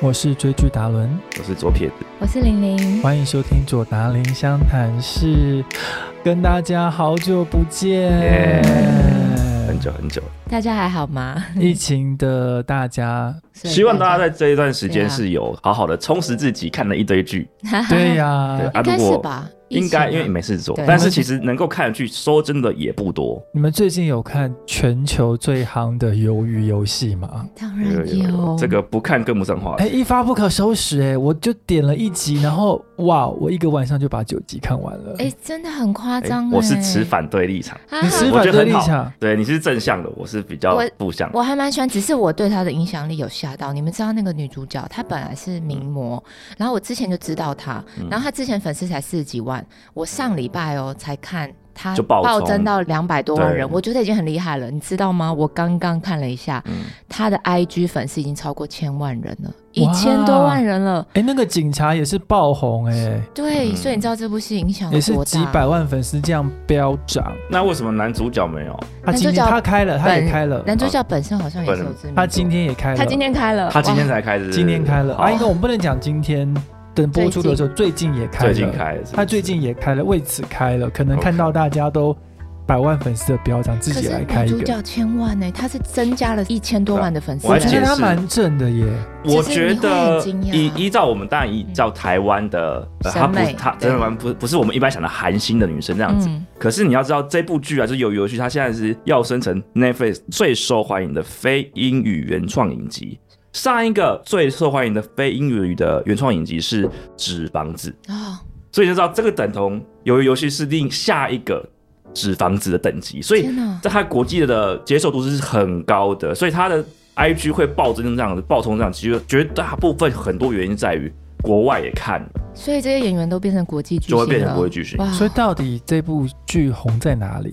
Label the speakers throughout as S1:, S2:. S1: 我是追剧达伦，
S2: 我是左撇子，
S3: 我是玲玲，
S1: 欢迎收听左达林湘谈室，跟大家好久不见
S2: Yeah，很久很久了。
S3: 大家还好吗？
S1: 疫情的大家，
S3: 所 以
S2: 希望大家在这一段时间
S3: 对啊
S2: 是有好好的充实自己，看了一堆剧，
S1: 对呀、
S2: 对啊
S3: 应该
S2: 如
S3: 是
S2: 果
S3: 吧？
S2: 应该因
S3: 疫情
S2: 为没事做
S3: 啊对，
S2: 但是其实能够看的剧，说真的也不多。
S1: 你们最近有看全球最夯的《鱿鱼游戏》吗？
S3: 当然有
S2: 这个不看跟不上话
S1: 哎、，一发不可收拾哎、我就点了一集，然后哇，我一个晚上就把九集看完了。
S3: 哎、真的很夸
S2: 哎
S3: 张、欸
S2: 我是持，反对立场。
S3: 哈哈
S1: 你持
S2: 我
S1: 反
S2: 觉得
S1: 对
S2: 很
S1: 立
S2: 好
S1: 场，
S2: 对，你是正向的，我是比较
S3: 我
S2: 负向的。
S3: 我还蛮喜欢，只是我对她的影响力有吓到。你们知道那个女主角，她本来是名模，
S2: 嗯
S3: 然后我之前就知道她，然后她之前粉丝才四十几万，我上礼拜哦才看。她
S2: 就爆
S3: 暴增
S2: 冲
S3: 到两百多万人，
S2: 对
S3: 我觉得已经很厉害了，你知道吗？我刚刚看了一下，
S2: 嗯，
S3: 她的 IG 粉丝已经超过千万人了，一
S1: 哇哦
S3: 千多万人了。
S1: 哎、那个警察也是爆红哎、
S3: 对，
S2: 嗯
S3: 所以你知道这部戏影响
S1: 也
S3: 有
S1: 是
S3: 多
S1: 几
S3: 大？
S1: 百万粉丝这样飙涨。
S2: 那为什么男主角没有？
S1: 他
S3: 男主
S1: 今天
S3: 角
S1: 他开了，他也
S3: 本
S1: 开了，
S3: 男主角本身好像也是
S2: 本
S3: 有知
S1: 嗯
S3: 名度，
S1: 他今天也开了，
S3: 他今天开了，
S2: 他今天
S3: 哇
S2: 才开始，
S1: 今天开了
S2: 好
S1: 啊，应该我们不能讲今天，等播出的时候最近也开了，
S2: 最近开了，是不是
S1: 他最近也开了，为此开了，可能
S2: OK
S1: 看到大家都百万粉丝的飙涨，自
S3: 可
S1: 己
S3: 是
S1: 来
S3: 女
S1: 开一
S3: 主
S1: 个。
S3: 角千万呢、她是增加了一千多万的粉丝
S2: 我
S1: 我
S2: 还
S3: 欸，
S1: 觉
S2: 解
S1: 得
S2: 释
S1: 他蛮正的耶，
S2: 我
S3: 其
S2: 觉
S3: 实你会很
S2: 得
S3: 惊讶
S2: 依依照我们当然依照台湾的，呃
S3: 审
S2: 她不
S3: 美
S2: 是她真的蛮不不是我们一般想的韩星的女生这样子。
S3: 嗯，
S2: 可是你要知道，这部剧啊，就是《鱿鱼游戏》，它现在是要升成 Netflix 最受欢迎的非英语原创影集。上一个最受欢迎的非英语的原创影集是《纸房子
S3: 哦，》，
S2: 所以你就知道这个等同《鱿鱼游戏》是另下一个《纸房子》的等级，所以
S3: 天哪，
S2: 在它国际的接受度是很高的，所以它的 IG 会暴增这样子，暴冲这样，其实绝大部分很多原因在于国外也看了，
S3: 所以这些演员都变成国际巨星
S2: 就
S3: 了，
S2: 会变成国际巨星。
S3: 哇，
S1: 所以到底这部剧红在哪里？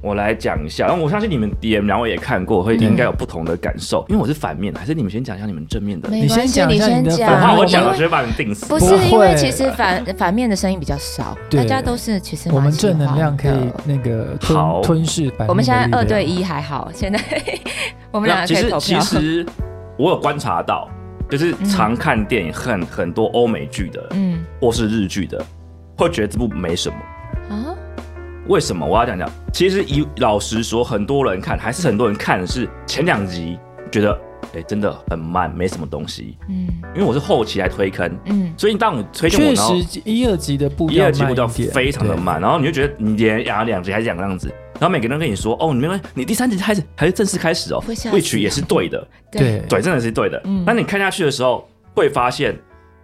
S2: 我来讲一下，然后我相信你们也两位也看过，会
S3: 对
S2: 应该有不同的感受。因为我是反面的，还是你们先讲一下你们正面的？
S3: 没
S1: 你先
S3: 关系
S1: 讲一
S3: 你
S1: 下
S3: 先
S1: 你的
S2: 我
S3: 讲
S1: 反
S2: 怕
S1: 面
S2: 我
S3: 因
S2: 讲了
S3: 为
S2: 就会把你定死。
S3: 啊
S1: 不
S3: 不是
S1: 会
S3: 因为其实反 反面的声音比较少，
S1: 对
S3: 大家都是其实
S1: 我们
S3: 蛮喜
S1: 正能
S3: 欢
S1: 量可以
S3: 的
S1: 那个吞
S2: 好
S1: 吞噬反面的力量。
S3: 我们现在二对一还好，现在 我们
S2: 那
S3: 俩
S2: 其
S3: 可以
S2: 实
S3: 投
S2: 其
S3: 票。
S2: 实我有观察到，就是常看电影很很多欧美剧的
S3: 嗯
S2: 或是日剧的，会觉得这部没什么。
S3: 啊，
S2: 为什么我要讲讲？其实以老实说，很多人看还是很多人看的是前两集，觉得哎、诶真的很慢，没什么东西。
S3: 嗯
S2: 因为我是后期来推坑，
S3: 嗯，
S2: 所以当我推荐我，
S1: 确
S2: 然后
S1: 实一二集的步
S2: 一
S1: 调
S2: 二集步
S1: 慢
S2: 调
S1: 一点
S2: 非常的
S1: 对
S2: 慢，然后你就觉得你连啊两集还是两个样子，然后每个人都跟你说哦，你没关系，你第三集开始还是正式开始哦
S3: 会吓死
S2: ，which 也是对的，
S3: 对，
S2: 对，真的是对的。
S3: 嗯
S2: 但你看下去的时候，会发现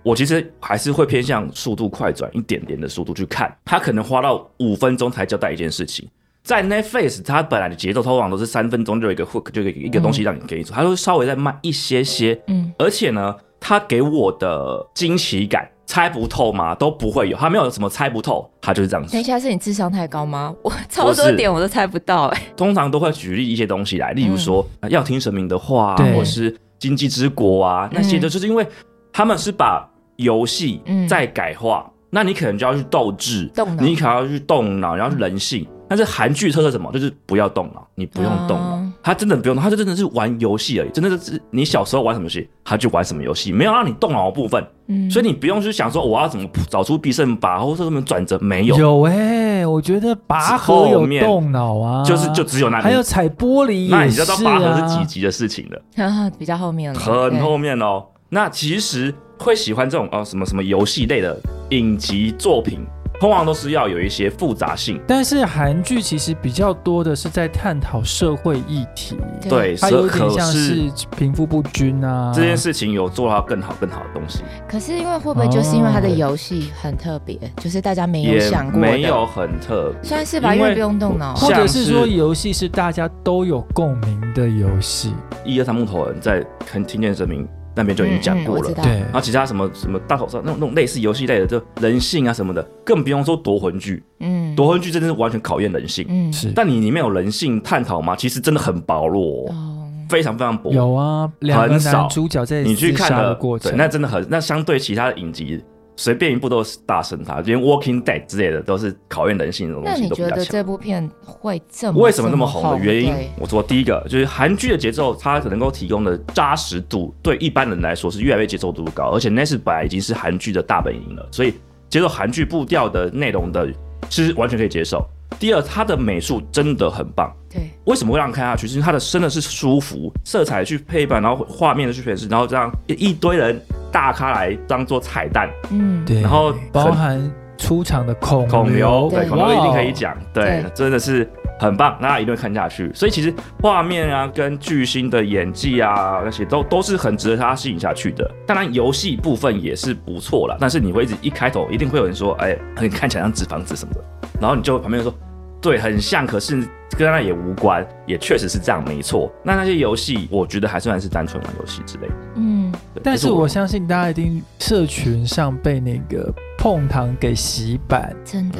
S2: 我其实还是会偏向速度快转一点点的速度去看，他可能花到五分钟才交代一件事情。在 Netflix，它本来的节奏通常都是三分钟就有一个 hook，就有一个一个东西让你给你做，它会稍微再慢一些些，
S3: 嗯
S2: 而且呢，它给我的惊奇感、猜不透嘛都不会有，它没有什么猜不透，它就是这样子
S3: 等一。下，是你智商太高吗？ 我超多点我都猜不到哎、
S2: 通常都会举例一些东西来，例如说、
S3: 嗯
S2: 呃要听神明的话、啊，
S1: 对
S2: 或是经济之国啊，那些的，就是因为他们是把游戏
S3: 嗯
S2: 再改化，那你可能就要去斗智，
S3: 动脑
S2: 你可能要去动脑，然后去人性。但是韩剧特色是什么？就是不要动脑，你不用动脑，
S3: 哦
S2: 他真的不用动，他就真的是玩游戏而已，真的是你小时候玩什么游戏，他就玩什么游戏，没有让你动脑的部分，
S3: 嗯
S2: 所以你不用去想说我要怎么找出必胜法，或者说怎么转折，没有，
S1: 有哎、我觉得拔河
S2: 后
S1: 有
S2: 面
S1: 动脑啊，
S2: 就是就只有那边
S1: 还有踩玻璃、也
S2: 那你就知道
S1: 是
S2: 拔河
S1: 啊
S2: 是几集的事情了。
S3: 嗯比较后面了，
S2: 很
S3: 对
S2: 后面哦。那其实会喜欢这种呃什么什么游戏类的影集作品，通常都是要有一些复杂性。
S1: 但是韩剧其实比较多的是在探讨社会议题，
S2: 对，
S1: 它有点
S2: 可
S1: 像
S2: 是
S1: 是嗯贫富不均啊
S2: 这件。事情有做到更好更好的东西，
S3: 可是因为会不会就是因为他的游戏很特别，就是大家没有
S2: 也
S3: 想过的，
S2: 哦没有很特别。
S3: 算是吧，
S2: 因
S3: 因
S2: 为
S3: 为不用动脑。
S1: 或者是
S2: 像是
S1: 说，游戏是大家都有共鸣的游戏，
S2: 一二三木头人在很听见神明那边就已经讲过
S3: 嗯嗯我
S2: 了。
S3: 知道
S1: 对
S2: 然，后其他什么什么大头上那种那种类似游戏类的，就人性啊什么的，更不用说夺魂剧。
S3: 嗯
S2: 夺魂剧真的是完全考验人性，
S3: 嗯
S1: 是
S2: 但你里面有人性探讨吗？其实真的很薄弱、哦，
S3: 哦，
S2: 非常非常薄弱。
S1: 有啊，两个
S2: 很少
S1: 男主角在
S2: 你去
S1: 厮
S2: 看
S1: 杀
S2: 了
S1: 的过程
S2: 对，那真的很，那相对其他的影集，随便一部都是大神他，连《Walking Dead》之类的都是考验人性的
S3: 那
S2: 东西
S3: 你
S2: 都比
S3: 觉
S2: 较
S3: 得
S2: 强。
S3: 这部片会这么
S2: 为什么
S3: 这
S2: 那么
S3: 么
S2: 红的原因
S3: 对，
S2: 我说第一个就是韩剧的节奏，它能够提供的扎实度，对一般人来说是越来越接受度高，而且 Netflix 本来已经是韩剧的大本营了，所以接受韩剧步调的内容的是完全可以接受。第二，它的美术真的很棒，
S3: 对，
S2: 为什么会让人看下去？是因为它的真的是舒服，色彩去配伴，然后画面的去配饰，然后这样一一堆人大咖来当做彩蛋，
S3: 嗯，
S1: 对，
S2: 然后
S1: 包含出场的孔
S2: 孔
S1: 刘
S2: 刘，，对，
S3: 对
S2: 孔刘一定可
S1: 嗯
S2: 以
S1: 哇哦。
S2: 讲，对
S3: 对，
S2: 真的是很棒，大家一定会看下去。所以其实画面啊，跟巨星的演技啊，那些都都是很值得他吸引下去的。当然，游戏部分也是不错啦，但是你会一直一开头一定会有人说，哎，很看起来像纸房子什么的，然后你就旁边就说。对，很像，可是跟那也无关，也确实是这样，没错。那那些游戏，我觉得还算是单纯玩游戏之类的。
S3: 嗯，
S2: 对
S1: 但
S2: 这
S1: 是我相信大家一定社群上被那个碰糖给洗版。
S3: 真的，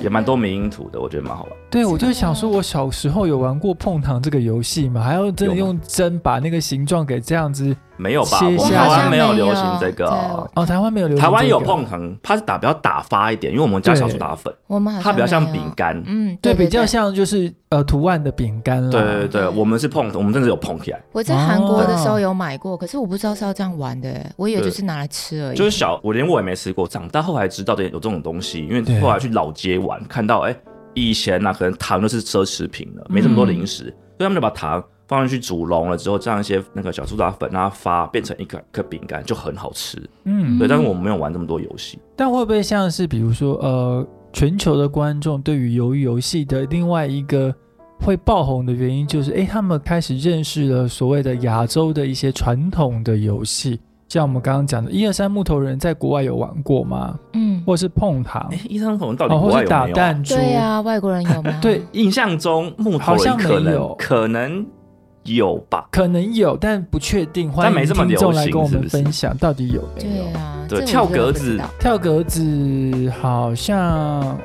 S2: 也蛮多迷因图的，我觉得蛮好玩。
S1: 对，我
S3: 真
S1: 就
S3: 的
S1: 想说，我小时候有玩过碰糖这个游戏嘛？还要真的
S2: 有吗
S1: 用针把那个形状给这样子？
S2: 没有吧？
S1: 切
S2: 我们
S1: 下
S2: 台
S1: 来
S2: 湾没有
S3: 我好像没有
S2: 流行这个哦、
S3: 对
S1: 哦，台湾没有流行
S2: 台湾有
S1: 这个，
S2: 碰糖，它是打比较打发一点，因为我们家小时候打粉，
S3: 我们好
S2: 它比较像
S3: 没嗯有
S2: 饼，干。
S3: 嗯，
S1: 对，比较
S3: 对
S1: 像就是呃图案的饼干啦。
S2: 对对对，
S3: 对
S2: 我们是碰，我们真的有碰起来，
S3: 我在韩国的时候有买过，可是我不知道是要这样玩的欸，我以为
S2: 哦对
S3: 就是拿来吃而已。
S2: 就是小，我连我也没吃过，长大后来知道的有这种东西，因
S1: 对
S2: 为后来去老街玩，看到哎、以前啊，可能糖就是奢侈品了，没这么
S3: 嗯
S2: 多零食，所以他们就把糖放进去煮溶了之后，这样一些那个小苏打粉让它发变成一个一颗饼干，就很好吃。
S1: 嗯，
S2: 对，但是我们没有玩这么多游戏，
S1: 但会不会像是比如说呃，全球的观众对于鱿鱼游戏的另外一个会爆红的原因，就是诶，他们开始认识了所谓的亚洲的一些传统的游戏，像我们刚刚讲的一二三木头人，在国外有玩过吗？
S3: 嗯，
S1: 或是碰糖
S2: 哎、，医生可能到底
S1: 哦，
S2: 国
S1: 或
S2: 外
S1: 是
S2: 有没有啊、
S1: 打弹珠，？
S3: 对啊，外国人有吗
S1: 对，
S2: 印象中木头
S1: 好
S2: 人
S1: 像
S2: 可
S1: 没有
S2: 能可能有吧，
S1: 可能有，但不确定。欢
S2: 但
S1: 迎
S2: 没这么
S1: 听
S2: 流
S1: 众来
S2: 行
S1: 跟我
S2: 是
S1: 们
S2: 不是
S1: 分享到底有没有
S3: 对。啊，
S2: 对
S3: 这我
S2: 跳
S3: 真的
S2: 格
S3: 不知
S2: 子
S3: 道
S1: 跳格子好像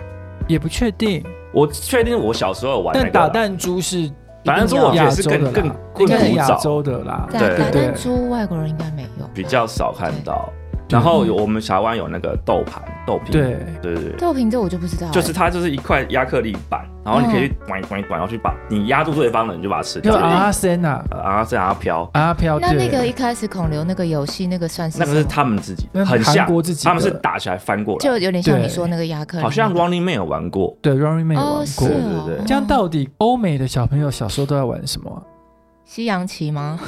S1: 也不确定，
S2: 我确定我小时候有玩那
S1: 但
S2: 个
S1: 打
S2: 啦，
S1: 弹珠是
S2: 打弹珠我觉得是
S1: 亚
S2: 更
S1: 洲的啦
S2: 更
S1: 应
S2: 更
S1: 该是
S2: 古
S1: 亚
S2: 早
S1: 洲的啦，
S3: 打
S2: 对
S3: 打
S1: 对
S3: 弹珠，外国人应该没有，
S2: 比较少看到。
S1: 对
S2: 然后有我们台湾有那个豆盘、豆皮，
S1: 嗯对
S2: 对对对，
S3: 豆瓶这我就不知道欸，
S2: 就是它就是一块亚克力板，然后你可以去管一管一管，然后去把你压住对方了，你就把它吃
S1: 就
S2: 掉。
S1: 阿森嗯啊，
S2: 呃然后再让它飘，
S1: 阿飘
S3: 那那
S1: 对
S3: 个一开始孔刘那个游戏那个算是
S2: 那个
S3: 什
S2: 是
S3: 么
S2: 他们自己
S1: 那，
S2: 很
S1: 韩
S2: 像
S1: 国自己的
S2: 他们是打起来翻过来，
S3: 就有点像你
S1: 对
S3: 说那个亚克力那个，
S2: 好像 Running Man 有玩过，
S1: 对 Running Man 有
S3: 哦
S1: 玩
S3: 是
S1: 过。
S3: 哦
S2: 对对对
S1: 这样到底欧美的小朋友小时候都在玩什么啊、
S3: 西洋 棋吗？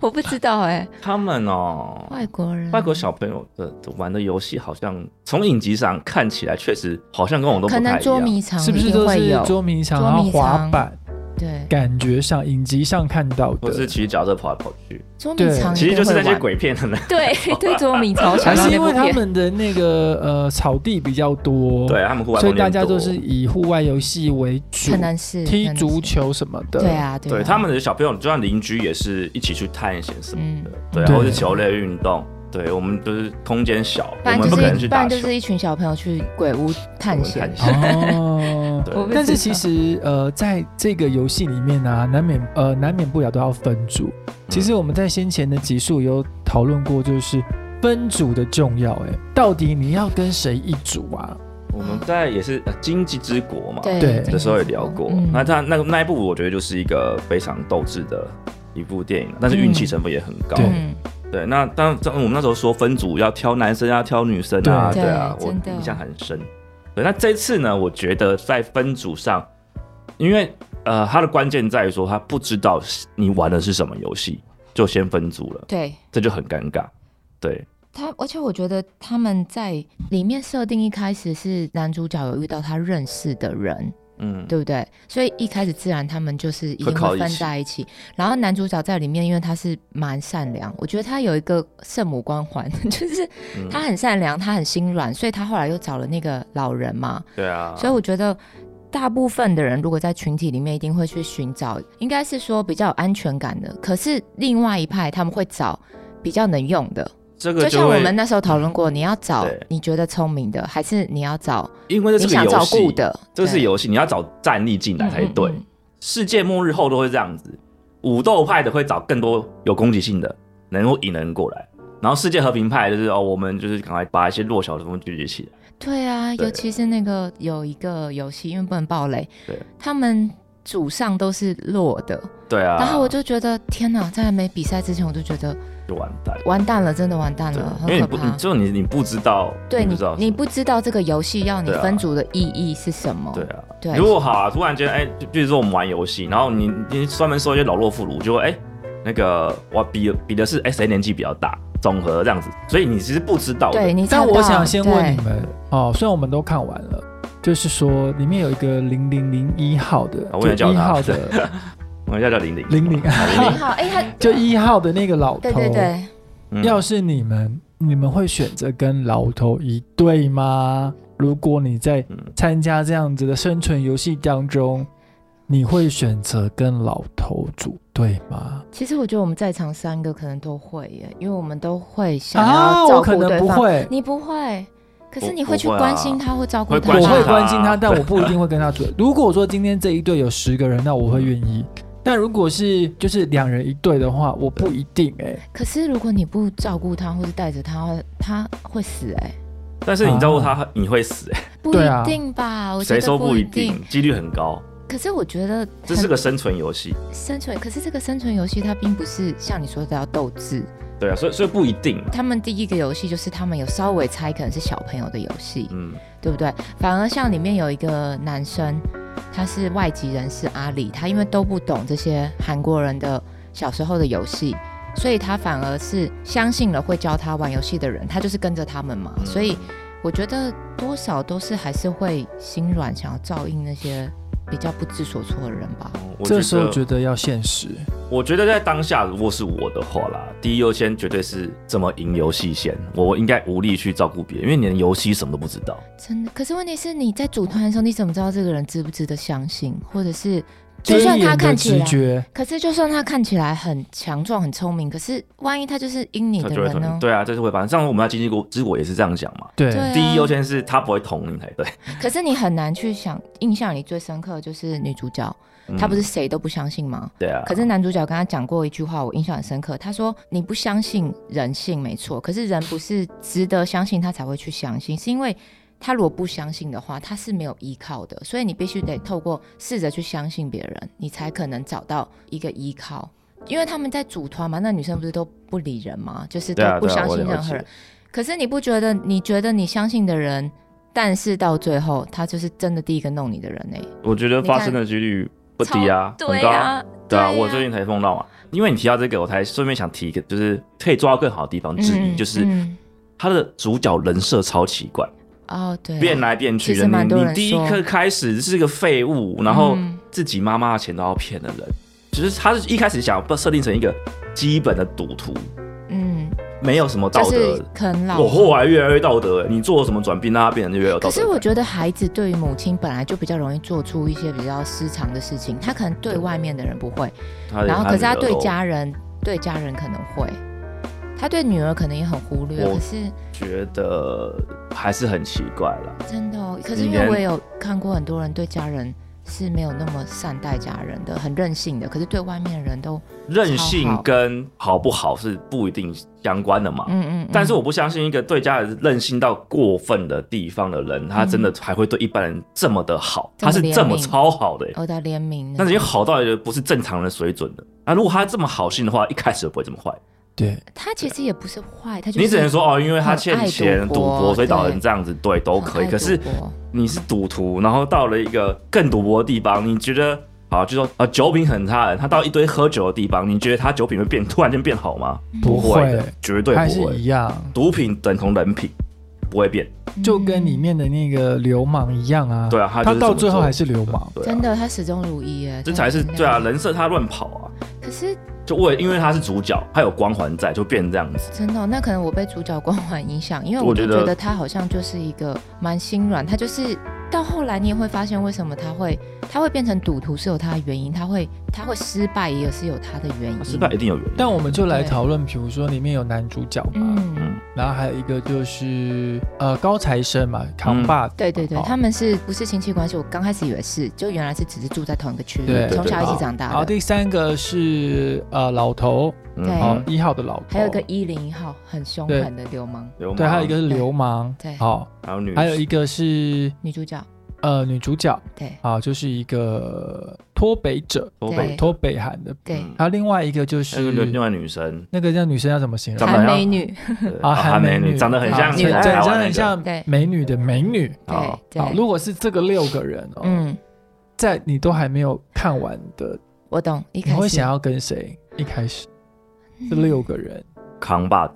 S3: 我不知道哎，
S2: 他们哦，
S3: 外国人
S2: 外国小朋友的的玩的游戏好像从影集上看起来，确实好像跟我们都不太
S3: 可
S2: 一
S3: 能
S2: 样。
S3: 捉迷藏
S1: 是不
S3: 一
S1: 是
S3: 定
S1: 都
S3: 会
S1: 是
S3: 有
S1: 捉迷藏，
S3: 捉
S1: 然后
S3: 迷
S1: 滑
S3: 藏
S1: 板？
S3: 对
S1: 感觉上影集上看到
S2: 或是
S1: 的，
S2: 骑脚踏车跑来跑去，
S3: 捉迷
S1: 对
S3: 藏，
S2: 其实就是那些。鬼片的那
S3: 对对，捉迷藏，我想
S1: 还是
S3: 到那
S1: 因
S3: 部
S1: 为他
S3: 片
S1: 们的那个呃草地比较多，
S2: 对，他们户外
S1: 所以
S2: 空间
S1: 大家
S2: 多
S1: 都是以户外游戏为主
S3: 可，能是
S1: 踢
S3: 可能是
S1: 足球什么的。
S3: 对，啊，对啊
S2: 对他们的小朋友，就算邻居也是一起去探险什么
S3: 嗯
S2: 的，，对啊，
S1: 对
S2: 或是球类运动，对我们就是空间小，
S3: 不
S2: 我
S3: 然
S2: 们不
S3: 就
S2: 可能
S3: 是
S2: 去
S3: 不然
S2: 打
S3: 就
S2: 球。
S3: 是一群小朋友去鬼屋探
S2: 我
S3: 险
S2: 们，，
S1: 哦
S2: 对
S3: 我不
S1: 但是
S3: 知
S1: 其
S3: 道
S1: 实呃，在这个游戏里面呢、难免呃难免不了都要分组。其
S2: 嗯
S1: 实我们在先前的集数有讨论过，就是分组的重要、欸。哎，到底你要跟谁一组啊？
S2: 我们在也是呃经济之国嘛，
S3: 对
S1: 对
S3: 这
S2: 的
S3: 个
S2: 时候也
S3: 是
S2: 聊过。
S3: 嗯
S2: 那他那那一部我觉得就是一个非常斗志的一部电影，但是运气成分也很高。
S1: 对
S3: 嗯，
S2: 对，那当然，当我们那时候说分组要挑男生啊，挑女生啊，
S1: 对
S2: 对啊，
S3: 对
S2: 我
S3: 真的
S2: 印象很深。对，那这次呢，我觉得在分组上，因为呃，它的关键在于说他不知道你玩的是什么游戏，就先分组了，
S3: 对
S2: 这就很尴尬。对，
S3: 他，而且我觉得他们在里面设定一开始是男主角有遇到他认识的人，
S2: 嗯，
S3: 对不对？所以一开始自然他们就是一定
S2: 会靠
S3: 会
S2: 一
S3: 分
S2: 起
S3: 在一起。然后男主角在里面，因为他是蛮善良，我觉得他有一个圣母光环， 就是
S2: 嗯
S3: 他很善良，他很心软，所以他后来又找了那个老人嘛。
S2: 对啊，
S3: 所以我觉得。大部分的人如果在群体里面，一定会去寻找，应该是说比较有安全感的。可是另外一派他们会找比较能用的，
S2: 这个
S3: 就像
S2: 会
S3: 我们那时候讨论过，你要找
S2: 对
S3: 你觉得聪明的，还是你要找
S2: 因为这
S3: 你
S2: 是个
S3: 想
S2: 游
S3: 照顾
S2: 戏，
S3: 的？
S2: 这是
S3: 对
S2: 游戏，你要找战力进来才对。
S3: 嗯嗯嗯
S2: 世界末日后都会这样子，武斗派的会找更多有攻击性的，能够引人过来。然后世界和平派就是哦，我们就是赶快把一些弱小的东西聚集起来。
S3: 对啊，
S2: 对
S3: 尤其是那个有一个游戏，因为不能爆雷
S2: 对，
S3: 他们主上都是弱的，
S2: 对啊，
S3: 然后我就觉得天哪，在还没比赛之前，我就觉得
S2: 就完蛋。
S3: 完蛋了，真的完蛋
S2: 对
S3: 了，，
S2: 因为
S3: 很
S2: 你
S3: 可
S2: 不，你
S3: 怕。
S2: 就你你不知道，
S3: 对
S2: 你不
S3: 你
S2: 知道，，
S3: 你不知道这个游戏要你
S2: 对啊
S3: 分组的意义是什么。
S2: 对啊。
S3: 对
S2: 如果好啊，突然间哎，就比如说我们玩游戏，然后你你专门搜一些老弱妇孺，就会哎那个我比比的是哎谁年纪比较大，总和这样子，所以你其实不知道的。
S3: 对你查
S1: 但
S3: 到。
S1: 我想先问
S3: 对
S1: 你们哦，虽然我们都看完了，就是说里面有一个零零零一号的，
S2: 啊我也
S1: 就
S2: 叫
S1: 一
S2: 他
S1: 号 的
S2: 我们叫叫玲玲
S1: 零 零，
S3: 你 好，哎，他
S1: 就一号的那个老头。
S3: 对对对，
S2: 嗯
S1: 要是你们，你们会选择跟老头一对吗？如果你在
S2: 嗯
S1: 参加这样子的生存游戏当中，你会选择跟老头组队吗？
S3: 其实我觉得我们在场三个可能都会耶，因为我们都会想
S1: 啊，
S3: 要照
S1: 我可
S3: 顾对
S1: 能不
S3: 方。
S1: 会，
S3: 你不会，可是
S2: 我
S3: 你会去
S2: 不会啊
S3: 关心他或照顾
S2: 会
S3: 他
S1: 我
S2: 关心
S1: 会
S3: 吧。
S1: 关心他，
S2: 对
S1: 但我 不一定会跟他组。如果说今天这一队有十个人，那我会愿意。但如果是就是两人一队的话，我不一定哎、
S3: 可是如果你不照顾他或者带着他，他会死哎、
S2: 但是你照
S1: 哦
S2: 顾他，你会死，哎
S3: 不
S1: 对啊
S3: 一定吧？我觉
S2: 谁
S3: 得
S2: 说
S3: 不
S2: 一
S3: 定
S2: 定？，几率很高。
S3: 可是我觉得
S2: 这是
S3: 很
S2: 个生存游戏，
S3: 生存，可是这个生存游戏它并不是像你说的要斗智。
S2: 对啊，所以所以不一定，
S3: 他们第一个游戏就是他们有稍微猜，可能是小朋友的游戏，
S2: 嗯，
S3: 对不对？反而像里面有一个男生，他是外籍人士阿里，他因为都不懂这些韩国人的小时候的游戏，所以他反而是相信了会教他玩游戏的人，他就是跟着他们嘛。
S2: 嗯
S3: 哦所以我觉得多少都是还是会心软，想要照应那些比较不知所措的人吧。
S2: 嗯我
S1: 这时候
S2: 觉
S1: 觉
S2: 得
S1: 得要现实。
S2: 我觉得在当下，如果是我的话啦，第一优先绝对是怎么赢游戏先，我应该无力去照顾别人，因为你连游戏什么都不知道。
S3: 真的，可是问题是你在组团的时候，你怎么知道这个人值不值得相信，或者是
S1: 第
S3: 就
S1: 一
S3: 算他
S1: 眼的
S3: 看起
S1: 直
S3: 来，
S1: 觉，
S3: 可是就算他看起来很强壮、很聪明，可是万一他就是阴你
S2: 他
S3: 的
S2: 就会
S3: 人
S2: 同
S3: 呢
S2: 意，？对啊，这是会发生。上次我们在经济国之国也是这样讲嘛。
S1: 对，
S3: 对啊啊
S2: 第一优先是他不会捅你才对，
S3: 可是你很难去想，印象里最深刻的就是女主角，
S2: 嗯
S3: 她不是谁都不相信吗？
S2: 对啊，
S3: 可是男主角跟她讲过一句话，我印象很深刻。他说：“你不相信人性，没错，可是人不是值得相信他才会去相信，是因为他如果不相信的话，他是没有依靠的。所以你必须得透过试着去相信别人，你才可能找到一个依靠。因为他们在组团嘛，那女生不是都不理人嘛，就是
S2: 对
S3: 都
S2: 啊，
S3: 不
S2: 对啊
S3: 相
S2: 我
S3: 信
S2: 了
S3: 任何
S2: 解
S3: 人。可是你不觉得？你觉得你相信的人，但是到最后他就是真的第一个弄你的人欸呢、
S2: 我觉得
S3: 你看
S2: 发生的几率不低啊，
S3: 超
S2: 很
S3: 对
S2: 高
S3: 啊，
S2: 对啊，
S3: 对啊
S2: 我最近才碰到嘛，因为你提到这个，我才顺便想提一个，就是可以做到更好的地方之一，就是
S3: 嗯
S2: 他的主角人设超奇怪，
S3: 哦，对啊，
S2: 变来变去
S3: 其
S2: 的。
S3: 实蛮
S2: 你
S3: 多
S2: 你
S3: 人
S2: 第一
S3: 说
S2: 刻开始是个废物，然后
S3: 嗯
S2: 自己妈妈的钱都要骗的人，就是他是一开始想要设定成一个基本的赌徒，
S3: 嗯，
S2: 没有什么道
S3: 就
S2: 德
S3: 是。啃老。
S2: 我后来越来越道德，你做了什么转变，让他变得越来越有道德
S3: 可
S2: 感。
S3: 是我觉得孩子对于母亲本来就比较容易做出一些比较失常的事情，他可能对外面的人不会，
S2: 他
S3: 然后可是他对
S2: 女儿都
S3: 家人对家人可能会，他对女儿可能也很忽略。
S2: 我
S3: 可是
S2: 觉得还是很奇怪啦。
S3: 真的哦，可是
S2: 你
S3: 因为
S2: 连
S3: 我也有看过很多人对家人是没有那么善待家人的，很任性的，可是对外面的人都
S2: 任性跟好不好是不一定相关的嘛。
S3: 嗯嗯嗯。
S2: 但是我不相信一个对家人任性到过分的地方的人，他真的还会对一般人这么的好，
S3: 嗯这么
S2: 他是这么
S3: 怜悯哦
S2: 超好的、欸，
S3: 欧到联名，
S2: 但是也好到一个不是正常人水准的。那如果他这么好心的话，一开始就不会这么坏。
S1: 对，
S3: 他其实也不是坏，他就是
S2: 你只能说哦，因为他欠
S3: 很爱
S2: 钱、
S3: 赌
S2: 赌
S3: 博
S2: 博，所以导
S3: 对
S2: 成这样子，对，都可以。
S3: 很爱
S2: 可是
S3: 赌博
S2: 你是赌徒，然后到了一个更赌博的地方，你觉得啊，就说啊酒品很差的人，他到一堆喝酒的地方，你觉得他酒品会变突然间变好吗？
S3: 嗯
S1: 不会
S2: 的，绝对
S1: 还
S2: 不
S1: 是
S2: 会
S1: 一。样，
S2: 毒品等同人品，不会变。
S1: 就跟
S3: 嗯
S1: 里面的那个流氓一样啊。
S2: 对啊，他
S1: 他
S2: 就是
S1: 到
S2: 这么
S1: 最后
S2: 做
S1: 还是流氓。
S2: 对啊
S3: 真的他始终如一耶，
S2: 这
S3: 他
S2: 才是
S3: 很
S2: 对啊，
S3: 亮
S2: 人设他乱跑啊，
S3: 可是
S2: 就为因为他是主角，他有光环在，就变成这样子。
S3: 真的哦、那可能我被主角光环影响，因为
S2: 我
S3: 我就
S2: 觉得
S3: 觉得他好像就是一个蛮心软，他就是到后来你也会发现，为什么他会他会变成赌徒是有他的原因，他会他会失败也是有他的原因。
S2: 失败一定有原因，
S1: 但我们就来
S3: 对
S1: 讨论，比如说里面有男主角嘛，
S3: 嗯，
S1: 然后还有一个就是呃高材生嘛，
S2: 嗯
S1: 扛把子嘛、
S3: 对对对，
S1: 哦
S3: 他们是不是亲戚关系？我刚开始以为是，就原来是只是住在同一个区域
S1: 对，
S3: 从小
S2: 对
S3: 一
S2: 对哦
S3: 起
S2: 对
S3: 长大
S1: 然后
S3: 的。
S1: 第三个是呃老头，
S2: 嗯
S3: 对
S1: 好，一号的老头，
S3: 还有
S2: 哦
S3: 一个一零一号很凶狠的流氓
S2: 流氓
S1: 对，还有一个是
S3: 对
S1: 流氓
S3: 对，
S1: 好，
S2: 还有女，
S1: 还有一个是
S3: 女主角，
S1: 呃女主角
S3: 对
S1: 啊，就是一个脱北者，
S2: 欧
S3: 对
S2: 北，
S1: 脱北韩的，
S3: 对，
S2: 嗯
S1: 还有另外一个就
S2: 还有一个另
S1: 是
S2: 外女生
S1: 那个叫女生要怎么形容
S2: 长得
S3: 韩
S2: 很像
S3: 美女，
S2: 对
S1: 啊？韩
S2: 美
S1: 女，
S2: 长得很
S1: 啊
S2: 像
S1: 对
S3: 女
S2: 台
S3: 的
S2: 湾
S1: 长得
S2: 那
S1: 很
S2: 个
S1: 像
S3: 对
S1: 美女的美女。
S3: 对
S2: 好
S1: 啊，
S3: 对，
S1: 如果是这个六个人哦，
S3: 嗯，
S1: 在你都还没有看完的，
S3: 我懂，一
S1: 你
S3: 开
S1: 会
S3: 始嗯
S1: 想要跟谁？一开始这六个人，
S2: 扛把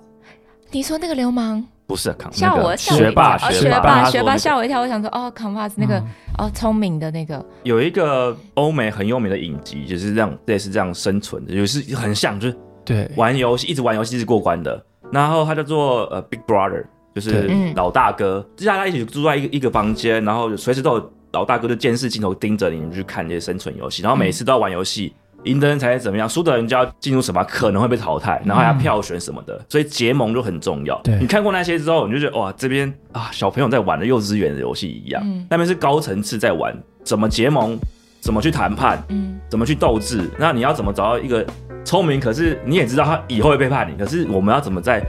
S3: 你说那个流氓
S2: 不是扛，
S3: 吓
S2: 那个
S3: 我，吓我
S2: 学
S3: 一跳
S2: 霸，
S3: 哦
S2: 霸，
S3: 霸，
S2: 霸，
S3: 学霸吓
S2: 我
S3: 我一跳，我想说哦扛把子那个
S1: 嗯
S3: 哦聪明的那个，
S2: 那个。有一个欧美很有名的影集，就是这样类似这样生存的，就是很像，就是
S1: 对，
S2: 玩游戏一直玩游戏一直过关的。然后他叫做呃 Big Brother，就是
S1: 对
S3: 嗯
S2: 老大哥，就大家一起住在一个一个房间，然后随时都有老大哥的监视镜头盯着你们去看这些生存游戏，然后每次都要玩游戏。赢的人才怎么样，输的人就要进入什么可能会被淘汰，然后还要票选什么的，所以结盟就很重要。
S1: 嗯对
S2: 你看过那些之后，你就觉得哇，这边啊小朋友在玩的幼稚园的游戏一样，
S3: 嗯
S2: 那边是高层次在玩，怎么结盟，怎么去谈判，
S3: 嗯
S2: 怎么去斗志？那你要怎么找到一个聪明，可是你也知道他以后会背叛你，可是我们要怎么在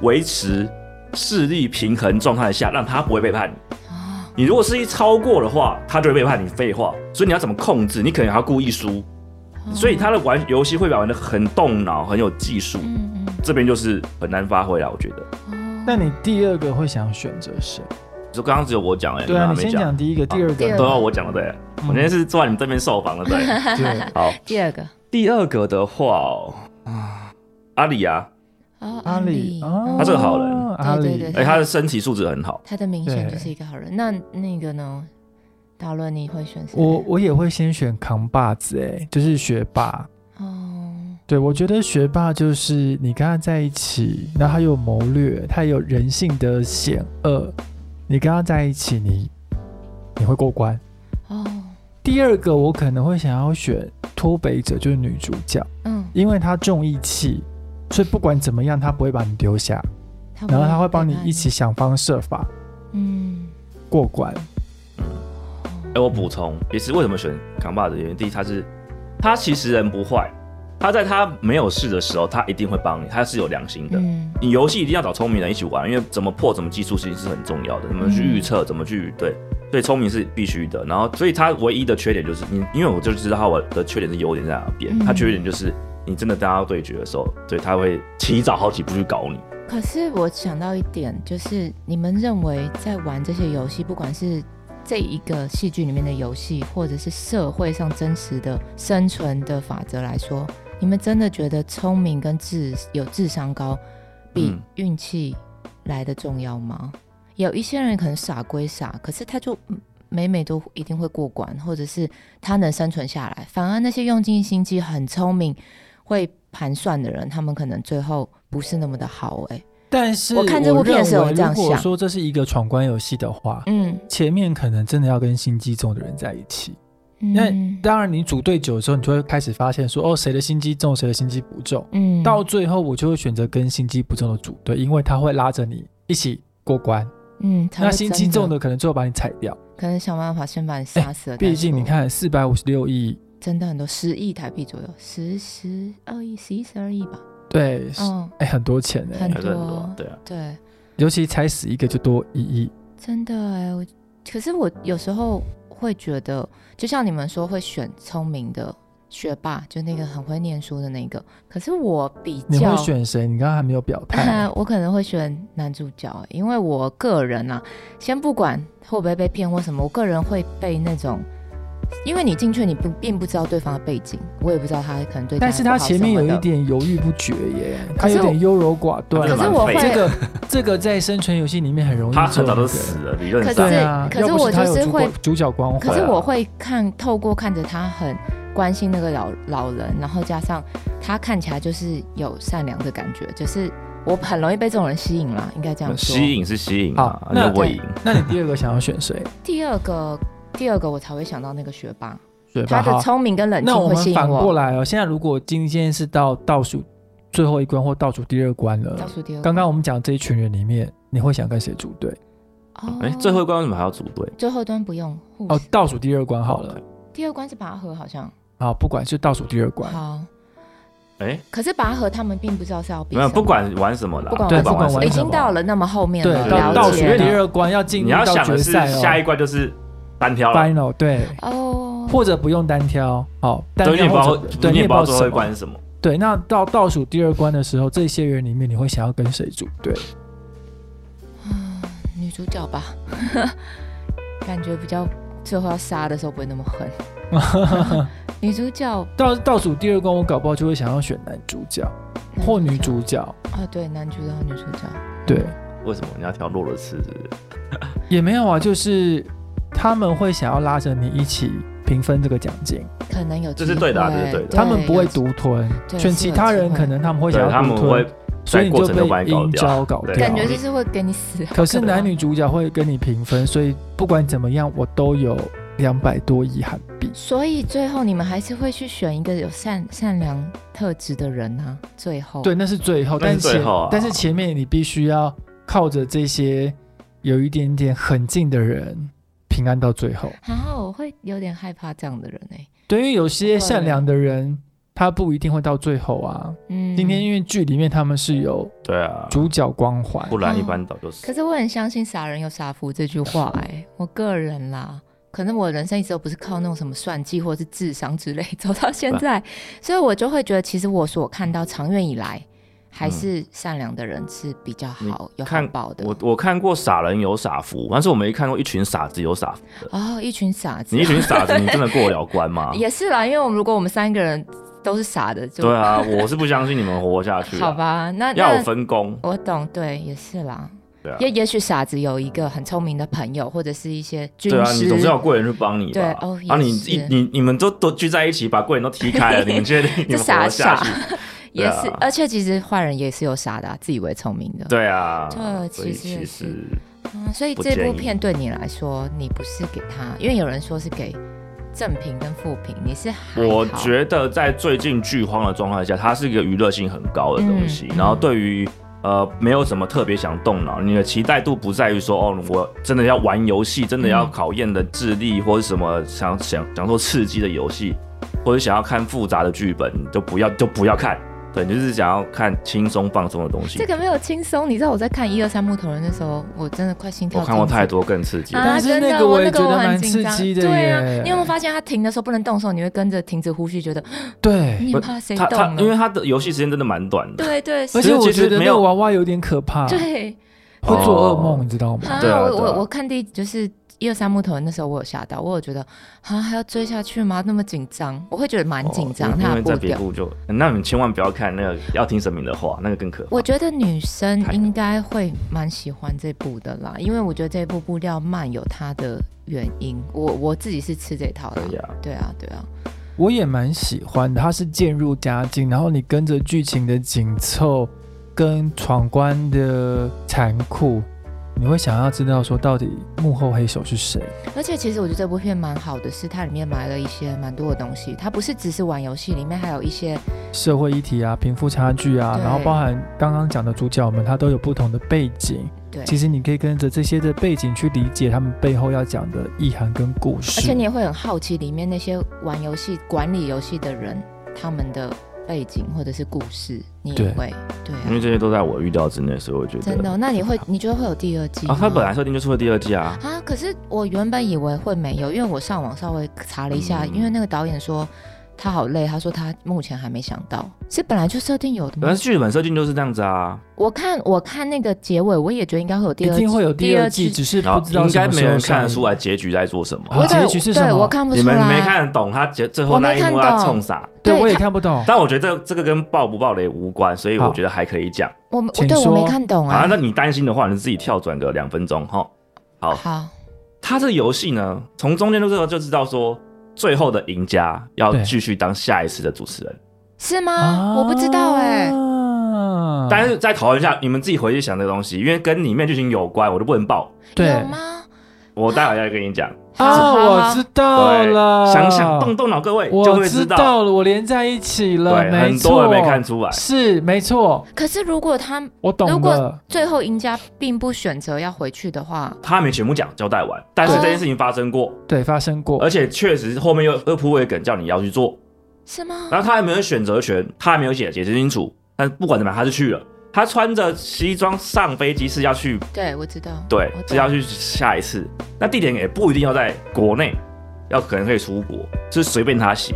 S2: 维持势力平衡状态下，让他不会背叛你？
S3: 啊
S2: 你如果势力超过的话，他就会背叛你。废话，所以你要怎么控制？你可能还要故意输，
S3: 哦
S2: 所以他的玩游戏会玩的很动脑，很有技术。
S3: 嗯
S2: 这边就是很难发挥了，我觉得。
S3: 嗯，
S1: 那你第二个会想选择谁？
S2: 就刚刚只有我讲哎、
S1: 对啊，你
S2: 们还
S1: 先
S2: 没讲，
S1: 讲第一个，第二
S3: 第二
S1: 个，
S2: 都要我讲了对。
S1: 嗯
S2: 我那天是坐在你们这边受访的对。
S1: 对，
S2: 好，
S3: 第二个
S2: 第二个的话哦，啊阿里啊，
S3: 哦
S1: 阿里，
S3: 嗯
S1: 哦
S2: 他这个好人
S1: 阿
S3: 对对
S1: 里
S3: 对
S2: 哎、他的身体素质很好，
S3: 他的明显
S1: 对
S3: 就是一个好人。那那个呢？导论你会选谁？
S1: 我我也会先选扛把子、哎，就是学霸。
S3: 哦，
S1: 对，我觉得学霸就是你跟他在一起，然后他有谋略，他有人性的险恶，你跟他在一起，你你会过关。
S3: 哦，
S1: 第二个，我可能会想要选脱北者，就是女主角，
S3: 嗯，
S1: 因为她重义气，所以不管怎么样，她不会把你丢下，
S3: 他
S1: 然后她会帮你
S3: 背叛
S1: 一起，想方设法
S3: 嗯，
S1: 过关。
S2: 哎、我补充，也是为什么选扛把子的原因，第一，他是他其实人不坏，他在他没有事的时候，他一定会帮你，他是有良心的。
S3: 嗯，
S2: 你游戏一定要找聪明人一起玩，因为怎么破、怎么技术其实是很重要的，怎么
S3: 嗯
S2: 去预测、怎么去对，所以聪明是必须的。然后，所以他唯一的缺点就是你，因为我就知道我的缺点是优点在哪边，
S3: 嗯
S2: 他缺点就是你真的跟他对决的时候，对他会提早好几步去搞你。
S3: 可是我想到一点，就是你们认为在玩这些游戏，不管是这一个戏剧里面的游戏，或者是社会上真实的生存的法则来说，你们真的觉得聪明跟智有智商高比
S2: 嗯
S3: 运气来的重要吗？有一些人可能傻归傻，可是他就嗯每每都一定会过关，或者是他能生存下来。反而那些用尽心机、很聪明、会盘算的人，他们可能最后不是那么的好、欸。
S1: 但是
S3: 我看这部片的时候我这样
S1: 认为如果
S3: 想
S1: 说这是一个闯关游戏的话，
S3: 嗯，
S1: 前面可能真的要跟心机重的人在一起。那
S3: 嗯
S1: 当然，你组队久的时候，你就会开始发现说，哦，谁的心机重，谁的心机不重。
S3: 嗯
S1: 到最后，我就会选择跟心机不重的组队，因为他会拉着你一起过关。
S3: 嗯，他
S1: 那
S3: 会
S1: 心机重
S3: 真的
S1: 的可能最后把你踩掉。
S3: 可能想办法先把你杀死了。
S1: 毕竟你，看，四百五十六亿，
S3: 真的很多十亿台币左右，十十二亿、十一十二亿吧。
S1: 对，是
S3: 嗯，
S1: 哎、很多钱哎、
S3: 很
S2: 还是很多
S3: 多，
S2: 对啊，
S3: 对，
S1: 尤其踩死一个就多一亿。
S3: 真的哎、我可是我有时候会觉得，就像你们说会选聪明的学霸，就那个很会念书的那个。可是我比
S1: 你
S3: 较
S1: 会选谁？你刚刚还没有表 态。
S3: 我可能会选男主角，因为我个人啊，先不管会不会被骗或什么，我个人会被那种，因为你进去你不并不知道对方的背景，我也不知道他可能对家
S1: 但
S3: 人
S1: 是
S3: 不好
S1: 他前面
S3: 什么
S1: 有一
S3: 的，
S1: 点犹豫不决耶，他
S3: 可是
S1: 有
S3: 我
S1: 点优柔寡断。
S2: 可是
S3: 可是我
S2: 蛮废
S3: 会，
S1: 这个这个在生存游戏里面很容易，
S2: 他很早就死。了，理论
S3: 可
S2: 上
S3: 是
S1: 对啊，
S3: 可是
S1: 要不
S3: 我
S1: 他
S3: 就
S1: 有
S3: 是
S1: 主
S3: 会
S1: 角主角光环
S3: 可。是
S2: 啊
S3: 我会看透过看着他很关心那个老老人，然后加上他看起来就是有善良的感觉，就是我很容易被这种人吸引啦，应该这样说。
S2: 吸引是吸引啊
S1: 好，
S2: 那
S1: 那
S2: 我赢。
S1: 那你第二个想要选谁？
S3: 第二个，第二个我才会想到那个学霸，
S1: 对
S3: 他
S1: 吧？
S3: 的
S1: 好，
S3: 聪明跟冷静
S1: 那我
S3: 会
S1: 们
S3: 吸引
S1: 反
S3: 我。
S1: 过来哦，现在如果今天是到倒数最后一关或倒数第二关
S3: 倒
S1: 了，
S3: 数第二个，
S1: 刚刚我们讲这一群人里面，你会想跟谁组队？
S3: 哦，
S2: 哎，最后一关为什么还要组队？
S3: 最后端不用互
S1: 哦
S3: 相，
S1: 倒数第二关好了，
S3: 第二关是拔河，好像
S1: 好，不管是倒数第二关，
S3: 好。
S2: 哎、哎，
S3: 可是拔河他们并不知道是要比
S2: 没有，
S3: 什么
S2: 不管玩什么啦，
S3: 不管
S1: 对
S2: 不管
S1: 不管
S2: 玩
S3: 已
S2: 什
S3: 经
S2: 么，
S3: 到了那么后面
S1: 对
S3: 了，，
S1: 到
S2: 了
S1: 倒数
S3: 解
S1: 第
S3: 了
S1: 二关要进入
S2: 你要
S1: 到
S2: 想
S1: 决
S2: 的是
S1: 赛哦
S2: 下一关就是单挑了，
S1: final 对，
S3: 哦，
S1: 或者不用单挑，好，单
S2: 对，你也不知
S1: 挑
S2: 道
S1: 或者，对，
S2: 你也不知
S1: 知
S2: 道最
S1: 道
S2: 后
S1: 什
S2: 一关
S1: 么。
S2: 是什么。
S1: 对，那到倒数第二关的时候，这些人里面你会想要跟谁组队？
S3: 女主角吧， 感觉比较最后要杀的时候不会那么狠。 女主角
S1: 到倒数第二关，我搞不好就会想要选男主角
S3: 嗯
S1: 或女主角，
S3: 啊，对，男主角、女主角，
S1: 对，
S2: 为什么你要挑弱的刺？是不是
S1: 也没有啊，就是他们会想要拉着你一起平分这个奖金，
S3: 可能有
S2: 这
S3: 机
S2: 是对的啊
S3: 会
S2: 这是对的
S1: 他们不会
S3: 有
S1: 独吞，
S3: 对
S1: 选
S3: 是
S1: 其
S3: 有
S1: 他
S3: 机
S1: 人
S3: 会
S1: 可能他们会想
S2: 对，
S1: 要
S2: 他
S1: 独
S2: 们会
S1: 吞，所以
S2: 在
S1: 你
S2: 过
S1: 就
S2: 程中把
S1: 被
S2: 你搞
S1: 阴
S2: 掉
S1: 招搞
S2: 对
S1: 掉
S3: 感觉
S1: 了
S3: 就是会给你死。
S1: 可是
S3: 好怕
S1: 男女主角会跟你平分，所以不管怎么样，我都有两百多亿韩币。
S3: 所以最后你们还是会去选一个有善善良特质的人啊。最后，
S1: 对，，那是最后，
S2: 那
S1: 但
S2: 是
S1: 前
S2: 最后啊
S1: 但是前面你必须要靠着这些有一点点狠劲的人平安到最后。
S3: 然啊后我会有点害怕这样的人哎、
S1: 对，因为有些
S3: 会
S1: 善良的人，他不一定会到最后啊。
S3: 嗯，
S1: 今天因为剧里面他们是有
S2: 对啊，
S1: 主角光环，
S2: 不然一般早就死
S3: 可。是我很相信“傻人有傻福”这句话哎、我个人啦，可能我人生一直都不是靠那种什么算计或是智商之类走到现在，所以我就会觉得，其实我所看到长远以来，还是善良的人是比较
S1: 嗯
S3: 好、有
S2: 看
S3: 好报的。
S2: 我我看过傻人有傻福，但是我没看过一群傻子有傻福的。
S3: 哦，一群傻子
S2: 你一群傻
S3: ？
S2: 子，你真的过得了关吗
S3: 也是啦，因为我们如果我们三个人都是傻的，就
S2: 对啊，我是不相信你们活下去啊。
S3: 好吧，那
S2: 要有
S3: 那
S2: 分工。
S3: 我懂，对，也是啦。
S2: 对啊
S3: 也也许傻子有一个很聪明的朋友，或者是一些军
S2: 对啊，你
S3: 师，
S2: 总是要有贵人去帮你吧
S3: 对？哦也
S2: 啊，你
S3: 是
S2: 一你你们都都聚在一起，把贵人都踢开了，你们确 定你
S3: 这
S2: 们活
S3: 傻
S2: 得下
S3: 傻
S2: 去？，
S3: 也是
S2: 对啊。
S3: 而且其实坏人也是有傻的啊、自以为聪明的。
S2: 对啊，
S3: 这
S2: 所以
S3: 其实也
S2: 其
S3: 是
S2: 实
S3: 嗯，所以
S2: 不
S3: 这
S2: 建
S3: 部
S2: 议
S3: 片对你来说，你不是给他，因为有人说是给正评跟负评，你是还
S2: 我
S3: 好
S2: 觉得在最近剧荒的状态下，它是一个娱乐性很高的东西。
S3: 嗯
S2: 然后对于呃没有什么特别想动脑，你的期待度不在于说哦，我真的要玩游戏，真的要
S3: 嗯
S2: 考验的智力或者什么想想享受刺激的游戏，或者想要看复杂的剧本，你就不要就不要看。对，你就是想要看轻松放松的东西
S3: 这。个没有轻松。你知道我在看一二三木头人的时候，我真的快心跳
S2: 我
S3: 停止。
S2: 看过太多更刺激的。
S1: 但是
S3: 真的
S1: 那个我也
S3: 那
S1: 觉得
S3: 很
S1: 蛮
S3: 紧
S1: 刺
S3: 张
S1: 激的
S3: 对啊，
S1: 耶
S3: 你有没有发现他停的时候不能动手，你会跟着停止呼吸，觉得嗯
S1: 对，
S3: 你
S2: 不
S3: 很怕谁
S2: 他他
S3: 动，
S2: 因为
S3: 了？
S2: 他的游戏时间真的蛮短的。
S3: 对对是
S1: 而且我觉得
S2: 没
S1: 那
S2: 有
S1: 个娃娃有点可怕，
S3: 对
S1: 会做噩
S2: 哦
S1: 梦，你知道吗？
S3: 啊！
S2: 对啊
S3: 我
S2: 对啊
S3: 我我看第一就是一二三木头人那时候，我有吓到，我有觉得啊还要追下去吗？那么紧张，我会觉得蛮紧
S2: 哦
S3: 张
S2: 因
S3: 他
S2: 为
S3: 的
S2: 因为在
S3: 步
S2: 别
S3: 调。
S2: 部就，那你们千万不要看那个要听神明的话，那个更可怕。
S3: 我觉得女生
S2: 太
S3: 应该会蛮喜欢这部的啦，因为我觉得这部步调慢有它的原因，我我自己是吃这套的
S2: 可以。啊，
S3: 对啊，对啊，
S1: 我也蛮喜欢的，它是渐入佳境，然后你跟着剧情的紧凑跟闯关的残酷，你会想要知道说到底幕后黑手是谁。
S3: 而且其实我觉得这部片蛮好的，是它里面埋了一些蛮多的东西，它不是只是玩游戏，里面还有一些
S1: 社会议题啊，贫富差距啊，
S3: 对
S1: 然后包含刚刚讲的主角们，他都有不同的背景。
S3: 对，
S1: 其实你可以跟着这些的背景去理解他们背后要讲的意涵跟故事。
S3: 而且你也会很好奇里面那些玩游戏、管理游戏的人他们的背景或者是故事，你也
S1: 对嗯
S3: 会对
S2: 因为
S3: 啊，
S2: 这些都在我预料之内，所以我觉得
S3: 真的哦、那你会你觉得会有第二季吗？
S1: 哦
S2: 啊，他本来设定就是会第二季啊，
S3: 啊，可是我原本以为会没有，因为我上网稍微查了一下，
S2: 嗯
S3: 因为那个导演说他好累，他说他目前还没想到，是本来就设定有的
S2: 但
S3: 吗
S2: 是？剧本设定就是这样子啊，
S3: 我看我看那个结尾，我也觉得应该会有第
S1: 一
S3: 二季，
S1: 定会有第二季，
S3: 第
S1: 只是
S2: 然
S1: 不
S2: 后
S1: 知道
S2: 应
S1: 什
S2: 该
S1: 么
S2: 没
S1: 时候
S2: 人看啊
S1: 上
S2: 得
S1: 映
S2: 出来。结局在做什么。
S1: 啊
S3: 我
S1: 结
S3: 对
S1: 局是什么
S3: 对我看不
S2: 你
S3: 出来，
S2: 们没看得懂他结最后
S3: 我没
S2: 那一幕
S3: 看
S2: 要
S3: 懂
S2: 冲啥？
S1: 对，
S3: 对
S1: 我也
S3: 他
S1: 看不懂。
S2: 但我觉得这个跟爆不爆雷无关，所以我
S1: 好
S2: 觉得还可以讲
S3: 我们
S1: 请
S3: 对我没
S1: 说
S3: 看懂
S2: 啊
S3: 啊。。
S2: 那你担心的话，你自己跳转个两分钟哈。好，
S3: 好，
S2: 他这个游戏呢，从中间的时候就知道说，最后的赢家要
S1: 对嗯
S2: 继续当下一次的主持人。
S3: 是吗？我不知道哎、
S1: 啊
S2: 但是再讨论一下，你们自己回去想这个东西，因为跟里面剧情有关，我就不能爆。
S1: 对
S3: 有吗？
S2: 我待会再跟你讲。
S1: 啊，
S3: 好好
S1: 我
S3: 好
S1: 知道了，
S2: 想想动动脑，各位就
S1: 我
S2: 会
S1: 知
S2: 道。
S1: 道了，我连在一起了，
S2: 对，
S1: 没
S2: 很
S1: 错，
S2: 多人没看出来。
S1: 是没错，
S3: 可是如果他
S1: 我
S3: 如
S1: 懂
S3: 果
S1: 了。
S3: 最后赢家并不选择要回去的话，
S2: 他还没全部讲交代完，但是
S3: 对
S2: 这件事情发生过，
S1: 对，发生过
S2: 而，且确实后面又又铺了一个梗叫你要去做，
S3: 是吗？
S2: 然后他还没有选择权，他还没有解解释清楚。但不管怎么样，他是去了。他穿着西装上飞机是要去，
S3: 哦对，啊我知道，
S2: 对
S3: 我，懂
S2: 是要去下一次。那地点也不一定要在国内，要可能可以出国，是随便他写。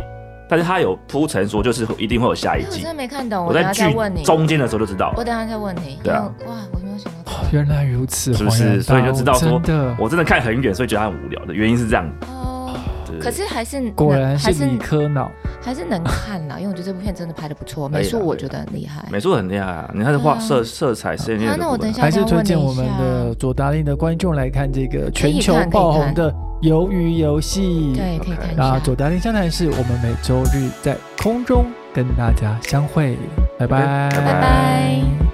S2: 但是他有铺陈说，就是一定会有下
S3: 哎
S2: 一
S3: 我
S2: 季
S3: 真。的没看懂，
S2: 我
S3: 等
S2: 在
S3: 下再
S2: 剧
S3: 问你，
S2: 中间的时候就知道了
S3: 我。等下再问你。
S2: 对啊
S3: 因为，哇，我没有想到
S1: 哦原来如此，
S2: 是不是
S1: 恍然大悟
S2: 所以就知道说
S1: 真的，
S2: 我真的看很远，所以觉得他很无聊的原因是这样。
S3: 这个哦。
S2: 对
S3: 可是还是
S1: 果
S3: 能
S1: 然
S3: 还
S1: 是
S3: 是
S1: 理科脑。
S3: 还是能看啦，因为我觉得这部片真的拍的不错，
S2: 可以啦
S3: 美术我觉得很厉害。
S2: 美术很厉害啊，你看是画
S3: 对啊
S2: 色色彩、色念
S3: 啊
S2: 的部分啊。
S3: 那我等一下
S1: 还是推荐我们
S3: 帮我问一
S1: 的左达令的观众来看这个全球
S3: 可以看
S1: 爆红的《鱿鱼游戏》。
S3: 对，可以看一
S1: 那
S3: 下。
S1: 左达令湘潭市，我们每周日在空中跟大家相会，拜
S2: 拜
S1: 拜，
S2: 拜
S3: 拜拜